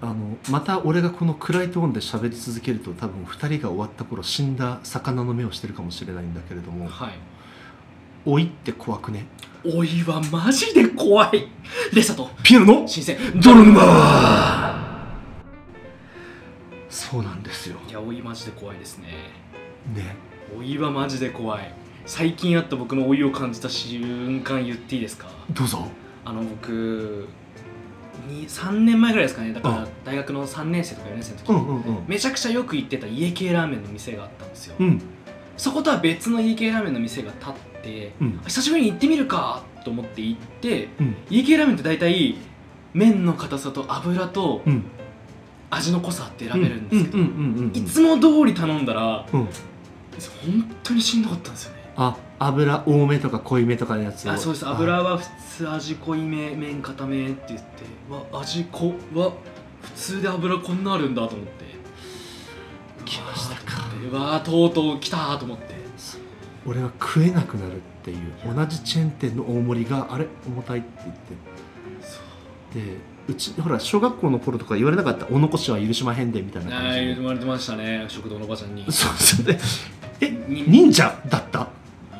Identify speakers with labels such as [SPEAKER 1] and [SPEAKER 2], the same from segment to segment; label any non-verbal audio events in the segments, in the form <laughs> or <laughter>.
[SPEAKER 1] あのまた俺がこの暗いトーンで喋り続けると多分2人が終わった頃死んだ魚の目をしてるかもしれないんだけれども
[SPEAKER 2] はい
[SPEAKER 1] 老いって怖くね
[SPEAKER 2] おいはマジで怖いレサと
[SPEAKER 1] ピエロの
[SPEAKER 2] 新鮮
[SPEAKER 1] 泥沼そうなんですよ
[SPEAKER 2] いやおいマジで怖いですね
[SPEAKER 1] ね
[SPEAKER 2] おいはマジで怖い最近あった僕の老いを感じた瞬間言っていいですか
[SPEAKER 1] どうぞ
[SPEAKER 2] あの僕に3年前ぐらいですかねだか
[SPEAKER 1] う
[SPEAKER 2] ら大学の3年生とか4年生の時、
[SPEAKER 1] うんうんうん
[SPEAKER 2] めちゃくちゃよく行ってた家系ラーメンの店があったんですよ、
[SPEAKER 1] うん
[SPEAKER 2] そことは別の家系ラーメンの店が立って
[SPEAKER 1] うん
[SPEAKER 2] 久しぶりに行ってみるかと思って行って
[SPEAKER 1] うん
[SPEAKER 2] 家系ラーメンって大体麺の硬さと油と
[SPEAKER 1] うん
[SPEAKER 2] 味の濃さって選べるんですけど、
[SPEAKER 1] うんうんうんうんうん
[SPEAKER 2] いつも通り頼んだら
[SPEAKER 1] うん
[SPEAKER 2] 本当にしんどかったんですよね
[SPEAKER 1] あ油多めとか濃いめとかのやつを
[SPEAKER 2] あそうです油は普通味濃いめ麺固めって言ってわ味濃わ普通で油こんなあるんだと思って
[SPEAKER 1] 来ましたか
[SPEAKER 2] うわーとうとう来たーと思って
[SPEAKER 1] 俺は食えなくなるっていう同じチェーン店の大盛りがあれ重たいって言っ
[SPEAKER 2] そう
[SPEAKER 1] てでうちほら小学校の頃とか言われなかったお残しは許しまへんでみたいな感
[SPEAKER 2] あ
[SPEAKER 1] じ
[SPEAKER 2] ー
[SPEAKER 1] で
[SPEAKER 2] 言われてましたね食堂のおばちゃんに
[SPEAKER 1] そうそうでえ
[SPEAKER 2] に
[SPEAKER 1] 忍者だった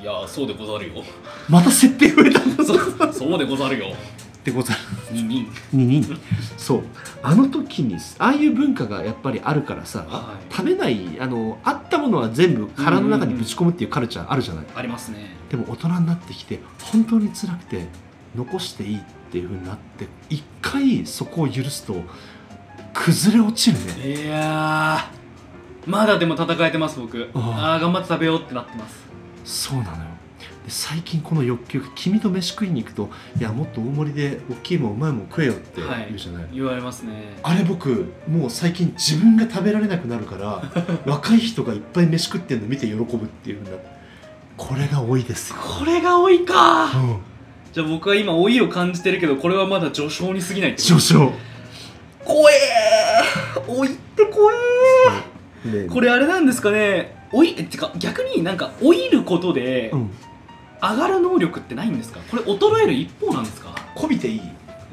[SPEAKER 2] いやーそうでござるよ
[SPEAKER 1] また設定増えたっ
[SPEAKER 2] そうそうでござるよ
[SPEAKER 1] てこと
[SPEAKER 2] <laughs>
[SPEAKER 1] だ
[SPEAKER 2] に
[SPEAKER 1] ににそうあの時にああいう文化がやっぱりあるからさ
[SPEAKER 2] はい
[SPEAKER 1] 食べないあのあったものは全部腹の中にぶち込むっていうカルチャーあるじゃない
[SPEAKER 2] ありますね
[SPEAKER 1] でも大人になってきて本当に辛くて残していいっていう風になって一回そこを許すと崩れ落ちるね
[SPEAKER 2] いやーまだでも戦えてます僕
[SPEAKER 1] あ
[SPEAKER 2] ああー頑張って食べようってなってます
[SPEAKER 1] そうなのよで最近この欲求が君と飯食いに行くといやもっと大盛りで大きいもんうまいもん食えよって
[SPEAKER 2] はい
[SPEAKER 1] 言うじゃない、
[SPEAKER 2] 言われますね
[SPEAKER 1] あれ僕もう最近自分が食べられなくなるから <laughs> 若い人がいっぱい飯食ってるの見て喜ぶっていう風になってこれが多いですよ、
[SPEAKER 2] これが多いかー
[SPEAKER 1] うん、
[SPEAKER 2] じゃあ僕は今老いを感じてるけどこれはまだ序章に過ぎないってこと
[SPEAKER 1] 上昇
[SPEAKER 2] 怖えー老いって怖え
[SPEAKER 1] ね
[SPEAKER 2] ーこれあれなんですかね老いえってか逆になんか老いることで
[SPEAKER 1] うん、
[SPEAKER 2] 上がる能力ってないんですかこれ衰える一方なんですか
[SPEAKER 1] こびていい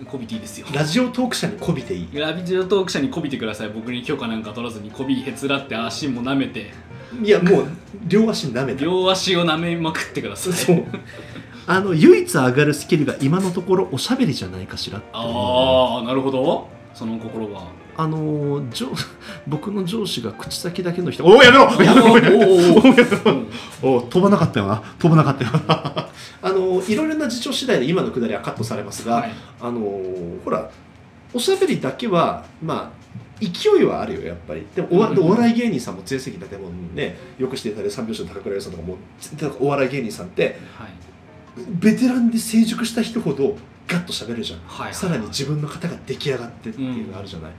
[SPEAKER 2] こびていいですよ
[SPEAKER 1] ラジオトーク社にこびていい
[SPEAKER 2] ラビジオトーク社にこびてください僕に許可なんか取らずにこびへつらって足も舐めて
[SPEAKER 1] いやもう両足舐めた
[SPEAKER 2] 両足を舐めまくってください
[SPEAKER 1] そうあの唯一上がるスキルが今のところおしゃべりじゃないかしらっていう
[SPEAKER 2] ああなるほどその心は
[SPEAKER 1] あのー上 <laughs> 僕の上司が口先だけの人おおやめろ <laughs> やめろやめろ
[SPEAKER 2] おー
[SPEAKER 1] おーやめ
[SPEAKER 2] う
[SPEAKER 1] ろ
[SPEAKER 2] ん
[SPEAKER 1] おー飛ばなかったよな飛ばなかったよなあのーいろいろな事情次第で今のくだりはカットされますが、
[SPEAKER 2] <laughs> はい
[SPEAKER 1] あのーほらおしゃべりだけはまあ勢いはあるよやっぱりでもおわ
[SPEAKER 2] うんうんう
[SPEAKER 1] お
[SPEAKER 2] ん
[SPEAKER 1] 笑い芸人さんも全席だってもうねよくしていただいて三拍子の高倉優さんとかもだからお笑い芸人さんって
[SPEAKER 2] はい
[SPEAKER 1] ベテランで成熟した人ほどガッと喋るじゃん、
[SPEAKER 2] はい
[SPEAKER 1] さらに自分の型が出来上がってっていうのがあるじゃない、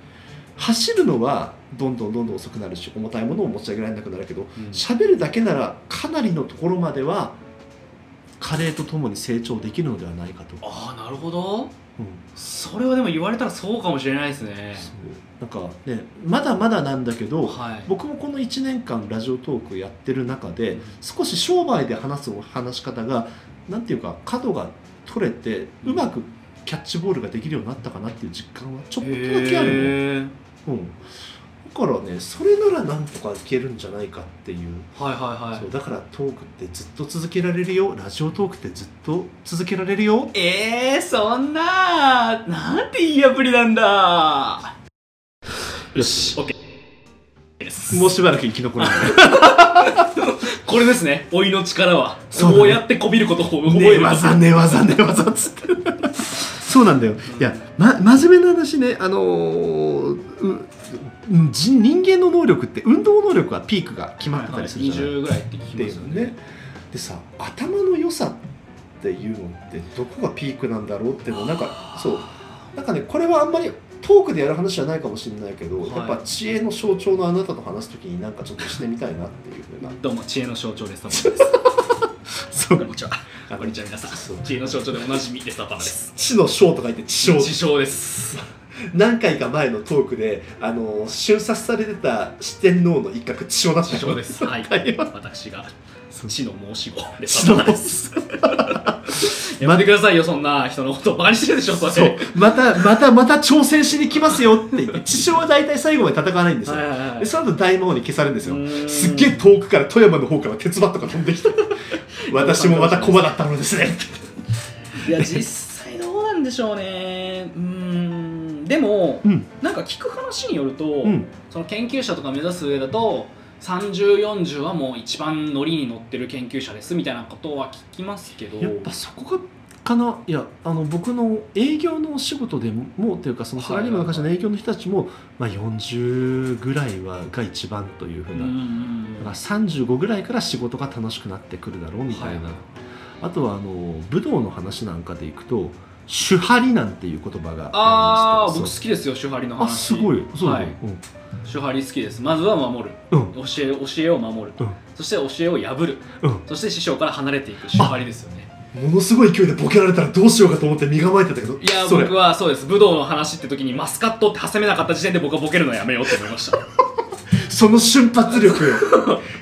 [SPEAKER 1] 走るのはどんどんどんどん遅くなるし重たいものを持ち上げられなくなるけど
[SPEAKER 2] うん
[SPEAKER 1] 喋るだけならかなりのところまでは加齢とともに成長できるのではないかと、
[SPEAKER 2] ああなるほど
[SPEAKER 1] うん
[SPEAKER 2] それはでも言われたらそうかもしれないですね
[SPEAKER 1] そうなんかねまだまだなんだけど
[SPEAKER 2] はい
[SPEAKER 1] 僕もこの1年間ラジオトークやってる中で
[SPEAKER 2] うん
[SPEAKER 1] 少し商売で話すお話し方がなんていうか角が取れて
[SPEAKER 2] うん
[SPEAKER 1] うまくキャッチボールができるようになったかなっていう実感はちょっとだけあるね、
[SPEAKER 2] へえ
[SPEAKER 1] うん、だからねそれならなんとかいけるんじゃないかっていう,、
[SPEAKER 2] はいはいは
[SPEAKER 1] そう
[SPEAKER 2] い
[SPEAKER 1] だからトークってずっと続けられるよラジオトークってずっと続けられるよ
[SPEAKER 2] えー、そんななんていいアプリなんだ
[SPEAKER 1] よし
[SPEAKER 2] です
[SPEAKER 1] もうしばらく生き残るんだ
[SPEAKER 2] これですね老いの力は
[SPEAKER 1] そうだね
[SPEAKER 2] こうやってこびることを <laughs> 覚
[SPEAKER 1] ね
[SPEAKER 2] え
[SPEAKER 1] え
[SPEAKER 2] る
[SPEAKER 1] 技ねえ技ねえ技っつってそうなんだよいや、ま、真面目な話ねあのーううん人人間の能力って運動能力はピークが決まってたりするじゃない、
[SPEAKER 2] 20ぐらいって聞き
[SPEAKER 1] って
[SPEAKER 2] ま
[SPEAKER 1] い
[SPEAKER 2] すよ
[SPEAKER 1] う
[SPEAKER 2] ね
[SPEAKER 1] ねでさ頭の良さっていうのってどこがピークなんだろうっていうのなんかそうなんかねこれはあんまりトークでやる話じゃないかもしれないけど、
[SPEAKER 2] はい
[SPEAKER 1] やっぱ知恵の象徴のあなたと話す時になんかちょっとしてみたいなっていうふうな
[SPEAKER 2] どうも知恵の象徴ですタパ
[SPEAKER 1] そ
[SPEAKER 2] ですこんにちはこんにちは皆さ
[SPEAKER 1] そうん
[SPEAKER 2] 知恵の象徴でおなじみですタパです
[SPEAKER 1] 知の章とか言って知章
[SPEAKER 2] 自称です
[SPEAKER 1] 何回か前のトークであの瞬殺されてた四天王の一角血を出した
[SPEAKER 2] 自称ですはい
[SPEAKER 1] はい <laughs>
[SPEAKER 2] 私が知の申し子で
[SPEAKER 1] 知の
[SPEAKER 2] タパですやめてくださいよそんな人のことをバカにしてるでしょそれ
[SPEAKER 1] そうまたまたまた挑戦しに来ますよって言 <laughs> って地上は大体最後まで戦わないんですよ
[SPEAKER 2] はいはいはい
[SPEAKER 1] でその後大魔王に消されるんですよ
[SPEAKER 2] うーん
[SPEAKER 1] すっげえ遠くから富山の方から鉄バットが飛んで <laughs> きた私もまた駒だったのですね
[SPEAKER 2] いや実際どうなんでしょうねうーんでも
[SPEAKER 1] うん
[SPEAKER 2] なんか聞く話によると、
[SPEAKER 1] うん
[SPEAKER 2] その研究者とか目指す上だと3040はもう一番ノリに乗ってる研究者ですみたいなことは聞きますけど
[SPEAKER 1] やっぱそこがかないやあの僕の営業のお仕事でももうというかそのサラリーマンの会社の営業の人たちも、まあ、40ぐらいはが一番というふう
[SPEAKER 2] うん
[SPEAKER 1] な、
[SPEAKER 2] うんうん
[SPEAKER 1] だから35ぐらいから仕事が楽しくなってくるだろうみたいな、
[SPEAKER 2] はい
[SPEAKER 1] あとはあの武道の話なんかでいくと「手張り」なんていう言葉が
[SPEAKER 2] ああ
[SPEAKER 1] り
[SPEAKER 2] 僕
[SPEAKER 1] ま
[SPEAKER 2] 好
[SPEAKER 1] す
[SPEAKER 2] きですよ手張りの
[SPEAKER 1] けど
[SPEAKER 2] 話
[SPEAKER 1] あすごいそうだね、
[SPEAKER 2] 手張り好きですまずは守る
[SPEAKER 1] うんうん
[SPEAKER 2] 教え教えを守る、
[SPEAKER 1] うん
[SPEAKER 2] そして教えを破る
[SPEAKER 1] うん
[SPEAKER 2] そして師匠から離れていく手張りですよね
[SPEAKER 1] ものすごい勢いでボケられたらどうしようかと思って身構えてたけど
[SPEAKER 2] いや
[SPEAKER 1] それ
[SPEAKER 2] 僕はそうです武道の話って時にマスカットって挟めなかった時点で僕はボケるのやめようって思い
[SPEAKER 1] <laughs>
[SPEAKER 2] ました
[SPEAKER 1] その瞬発 <laughs> 力よ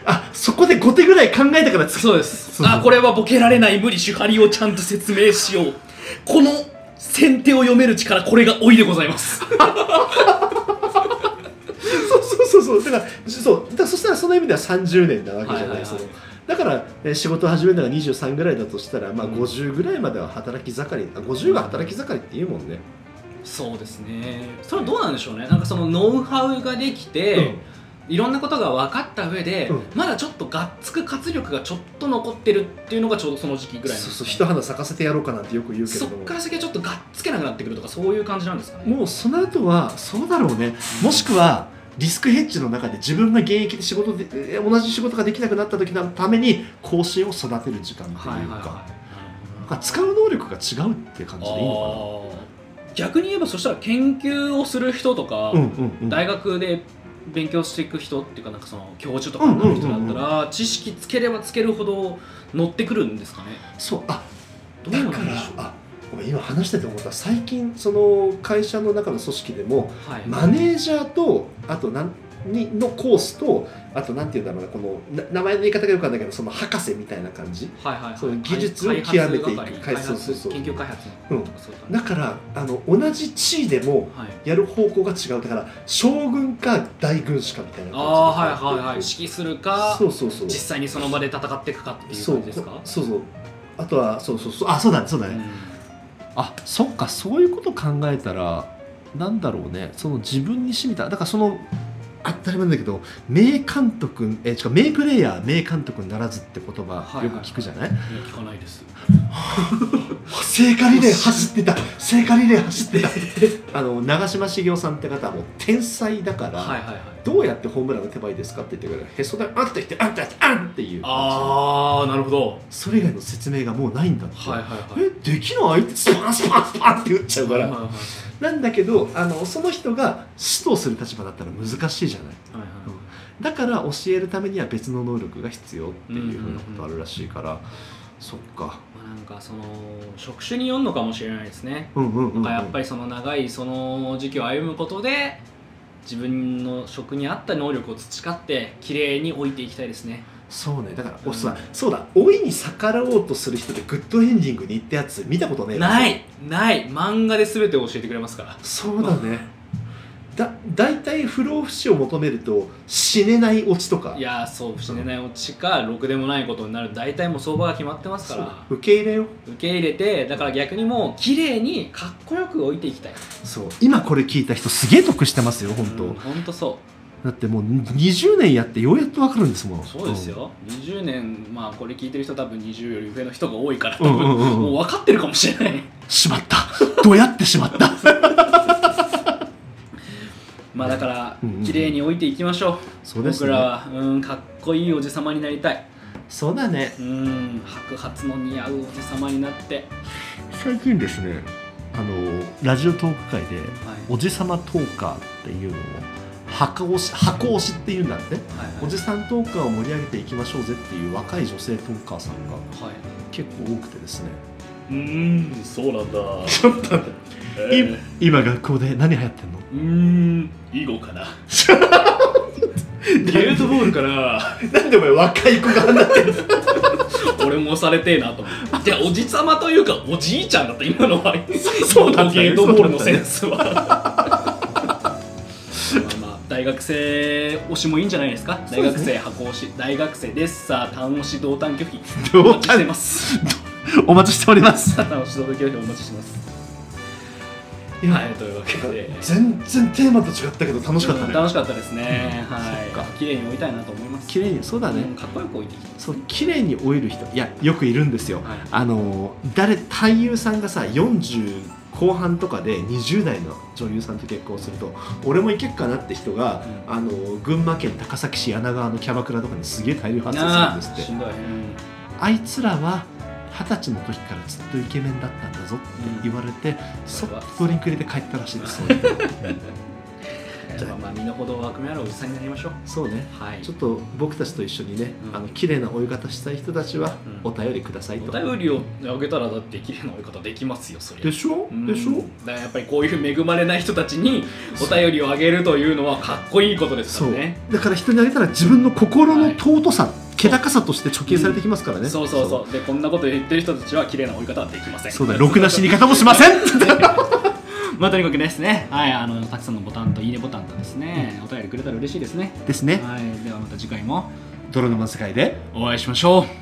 [SPEAKER 1] あそこで5手ぐらい考えたからつ
[SPEAKER 2] そうです
[SPEAKER 1] そうそう
[SPEAKER 2] あこれはボケられない無理手張りをちゃんと説明しようこの先手を読める力これが老いでございま
[SPEAKER 1] <laughs>
[SPEAKER 2] す
[SPEAKER 1] <laughs> そうそうそうそうだからそうだからそしたらその意味では30年なわけじゃないですか、だから、えー仕事を始めるのが23ぐらいだとしたら、まあ、
[SPEAKER 2] うん
[SPEAKER 1] 50ぐらいまでは働き盛り、あ50が働き盛りって言うもんね、
[SPEAKER 2] そうですねそれはどうなんでしょうねなんかそのノウハウができて、いろんなことが分かった上で、
[SPEAKER 1] うん
[SPEAKER 2] まだちょっとがっつく活力がちょっと残ってるっていうのがちょうどその時期ぐらいなん
[SPEAKER 1] そ
[SPEAKER 2] で
[SPEAKER 1] う
[SPEAKER 2] す
[SPEAKER 1] そう
[SPEAKER 2] ね
[SPEAKER 1] 一花咲かせてやろうかなんてよく言うけれ
[SPEAKER 2] そ
[SPEAKER 1] ど
[SPEAKER 2] っ
[SPEAKER 1] も
[SPEAKER 2] から先はちょっとがっつけなくなってくるとかそういう感じなんですかね
[SPEAKER 1] もうその後はそうだろうねもしくはリスクヘッジの中で自分が現役で仕事でえー同じ仕事ができなくなった時のために後進を育てる時間っていうか,、
[SPEAKER 2] はいはいはい
[SPEAKER 1] なんか使う能力が違うって感じでいいの
[SPEAKER 2] あー逆に言えばそしたら研究をする人とか、
[SPEAKER 1] かなうんうんうん
[SPEAKER 2] 大学で勉強していく人っていうかなんかその教授とかになる人だったら、知識つければつけるほど乗ってくるんですかね
[SPEAKER 1] そうあ
[SPEAKER 2] どう
[SPEAKER 1] だ
[SPEAKER 2] なん
[SPEAKER 1] か
[SPEAKER 2] で
[SPEAKER 1] ら
[SPEAKER 2] しょう
[SPEAKER 1] あごめん今話してて思った最近その会社の中の組織でも
[SPEAKER 2] はい、
[SPEAKER 1] マネージャーとあとなんにのコースとあとなんていうんだろうなこのな名前の言い方がよくあるんだけどその博士みたいな感じ
[SPEAKER 2] はいはいはい、
[SPEAKER 1] そう技術を極めていく
[SPEAKER 2] 開
[SPEAKER 1] 開発
[SPEAKER 2] 発そう
[SPEAKER 1] そうそう
[SPEAKER 2] 研究開発の、
[SPEAKER 1] うん
[SPEAKER 2] そうだね
[SPEAKER 1] だからあの同じ地位でも
[SPEAKER 2] はい、
[SPEAKER 1] やる方向が違うだから将軍か大軍師かみたいな感じで
[SPEAKER 2] ああーはいはいはい指揮するか
[SPEAKER 1] そうそうそう
[SPEAKER 2] 実際にその場で戦っていくかっていう
[SPEAKER 1] そう
[SPEAKER 2] 感じですか
[SPEAKER 1] こそうそうあとはそうそうそうあそうだねそうだね、あそっかそういうこと考えたらなんだろうねその自分に染みただからその当たり前だけど名監督え違う名プレイヤー名監督にならずって言
[SPEAKER 2] はい
[SPEAKER 1] 葉
[SPEAKER 2] はい
[SPEAKER 1] よく聞くじゃない,、
[SPEAKER 2] うんいや聞かないです
[SPEAKER 1] 聖火リレー走ってた聖火リレー走ってた <laughs> あの長嶋茂雄さんって方はもう天才だから、
[SPEAKER 2] はいはいはい
[SPEAKER 1] どうやってホームラン打てばいいですかって言ってくれるへそだあんって言ってあんってあんっていう
[SPEAKER 2] ああなるほど
[SPEAKER 1] それ以外の説明がもうないんだって、
[SPEAKER 2] はいはいはい
[SPEAKER 1] えできないってスパンスパンスパンって打っちゃうから、
[SPEAKER 2] はいはいはい
[SPEAKER 1] なんだけどあのその人が指導する立場だったら難しいじゃない
[SPEAKER 2] はいはいはい
[SPEAKER 1] だから教えるためには別の能力が必要っていうふうなことあるらしいから、そっか
[SPEAKER 2] まあなんかその職種によるのかもしれないですね、
[SPEAKER 1] うんうんうん、うん、
[SPEAKER 2] なんかやっぱりその長いその時期を歩むことで自分の職に合った能力を培って綺麗に置いていきたいですね
[SPEAKER 1] そうねだから、
[SPEAKER 2] うん
[SPEAKER 1] おそうだそうだ老いに逆らおうとする人でグッドエンディングに行ったやつ見たことねえ
[SPEAKER 2] ないない漫画で全てを教えてくれますから
[SPEAKER 1] そうだねだ大体不老不死を求めると死ねないオチとか
[SPEAKER 2] いやーそう不死ねない落ちかろくでもないことになる大体もう相場が決まってます
[SPEAKER 1] そ
[SPEAKER 2] か
[SPEAKER 1] う
[SPEAKER 2] ら
[SPEAKER 1] 受け入れよう
[SPEAKER 2] 受け入れてだから逆にもう綺麗にかっこよく置いていきたい
[SPEAKER 1] そう今これ聞いた人すげえ得してますよ本当、
[SPEAKER 2] うんほんとそう
[SPEAKER 1] だってもう20年やってようやっと分かるんですもん
[SPEAKER 2] そうですよ、20年まあこれ聞いてる人多分20より上の人が多いから多
[SPEAKER 1] うんう
[SPEAKER 2] 分、
[SPEAKER 1] んうんうん
[SPEAKER 2] もう分かってるかもしれない
[SPEAKER 1] しまったどうやってしまった <laughs>
[SPEAKER 2] まあだから
[SPEAKER 1] うんうんうん
[SPEAKER 2] 綺麗に置いていきましょう、
[SPEAKER 1] そうです
[SPEAKER 2] 僕
[SPEAKER 1] ね
[SPEAKER 2] らはうんかっこいいおじさまになりたい
[SPEAKER 1] そうだね
[SPEAKER 2] うん白髪の似合うおじさまになって
[SPEAKER 1] 最近ですねあのラジオトーク会で
[SPEAKER 2] はい
[SPEAKER 1] おじさまトーカーっていうのを箱推し箱推しっていうんだって
[SPEAKER 2] はい
[SPEAKER 1] おじさんトーカーを盛り上げていきましょうぜっていう若い女性トーカーさんが
[SPEAKER 2] はい
[SPEAKER 1] 結構多くてですね
[SPEAKER 2] うーんそうなんだ
[SPEAKER 1] ちょっと
[SPEAKER 2] え
[SPEAKER 1] <laughs> い今学校で何流行ってんの
[SPEAKER 2] うーん囲碁かなゲートボールかな
[SPEAKER 1] なんでお前若い子があんなってんの
[SPEAKER 2] 俺もされてえなと思ってじゃあおじさまというかおじいちゃんだった今のは
[SPEAKER 1] そうなんだね
[SPEAKER 2] ゲートボールのセンスはまあまあ大学生推しもいいんじゃないですか
[SPEAKER 1] そう
[SPEAKER 2] 大
[SPEAKER 1] です
[SPEAKER 2] 学
[SPEAKER 1] ね
[SPEAKER 2] 生箱推し大学生ですさあ単推し同担拒否
[SPEAKER 1] 同担
[SPEAKER 2] お待ちしてます
[SPEAKER 1] お待ちしております
[SPEAKER 2] 単推し同担拒否お待ちしてます
[SPEAKER 1] いや
[SPEAKER 2] はいというわけで
[SPEAKER 1] 全然テーマと違ったけど楽しかった
[SPEAKER 2] うん
[SPEAKER 1] ね
[SPEAKER 2] 楽しかったですね、はい
[SPEAKER 1] そっか
[SPEAKER 2] 綺麗に置いたいなと思います
[SPEAKER 1] 綺麗にそうだね、
[SPEAKER 2] うんかっこよく置いてきて
[SPEAKER 1] そう綺麗に老いる人いやよくいるんですよ
[SPEAKER 2] はい
[SPEAKER 1] あの誰俳優さんがさ40後半とかで20代の女優さんと結婚すると俺もいけっかなって人が、
[SPEAKER 2] うん
[SPEAKER 1] あの群馬県高崎市柳川のキャバクラとかにすげえ大量発
[SPEAKER 2] な
[SPEAKER 1] 生
[SPEAKER 2] あ
[SPEAKER 1] するんです
[SPEAKER 2] し
[SPEAKER 1] って
[SPEAKER 2] んどい、うん
[SPEAKER 1] あいつらは二十歳の時からずっとイケメンだったんだぞって言われて、そっとドリンク入れて帰ったらしいですそういう
[SPEAKER 2] <laughs>
[SPEAKER 1] 人じゃあ
[SPEAKER 2] まあまあ身の程をわくめあるおじさんになりましょう
[SPEAKER 1] そうね
[SPEAKER 2] はい
[SPEAKER 1] ちょっと僕たちと一緒にね、
[SPEAKER 2] うん
[SPEAKER 1] あの綺麗な泳ぎ方したい人たちは
[SPEAKER 2] う
[SPEAKER 1] お
[SPEAKER 2] ん
[SPEAKER 1] 便りくださいと、
[SPEAKER 2] お便りをあげたらだって綺麗な追い方できますよそりゃ
[SPEAKER 1] でしょ
[SPEAKER 2] うん
[SPEAKER 1] でしょ、
[SPEAKER 2] だからやっぱりこういう恵まれない人たちにお便りをあげるというのはかっこいいことです
[SPEAKER 1] そ
[SPEAKER 2] から
[SPEAKER 1] う
[SPEAKER 2] ね
[SPEAKER 1] だから人にあげたら自分の心の尊さ、気高さとして貯金されてきますからね、
[SPEAKER 2] そうそうそうでこんなこと言ってる人たちは綺麗な追い方はできません
[SPEAKER 1] そうだろくな死に方もしません
[SPEAKER 2] まあとにかくですねはいあのたくさんのボタンといいねボタンとですね、お便りくれたら嬉しいですね
[SPEAKER 1] ですね
[SPEAKER 2] はいではまた次回も
[SPEAKER 1] 泥沼の世界で
[SPEAKER 2] お会いしましょう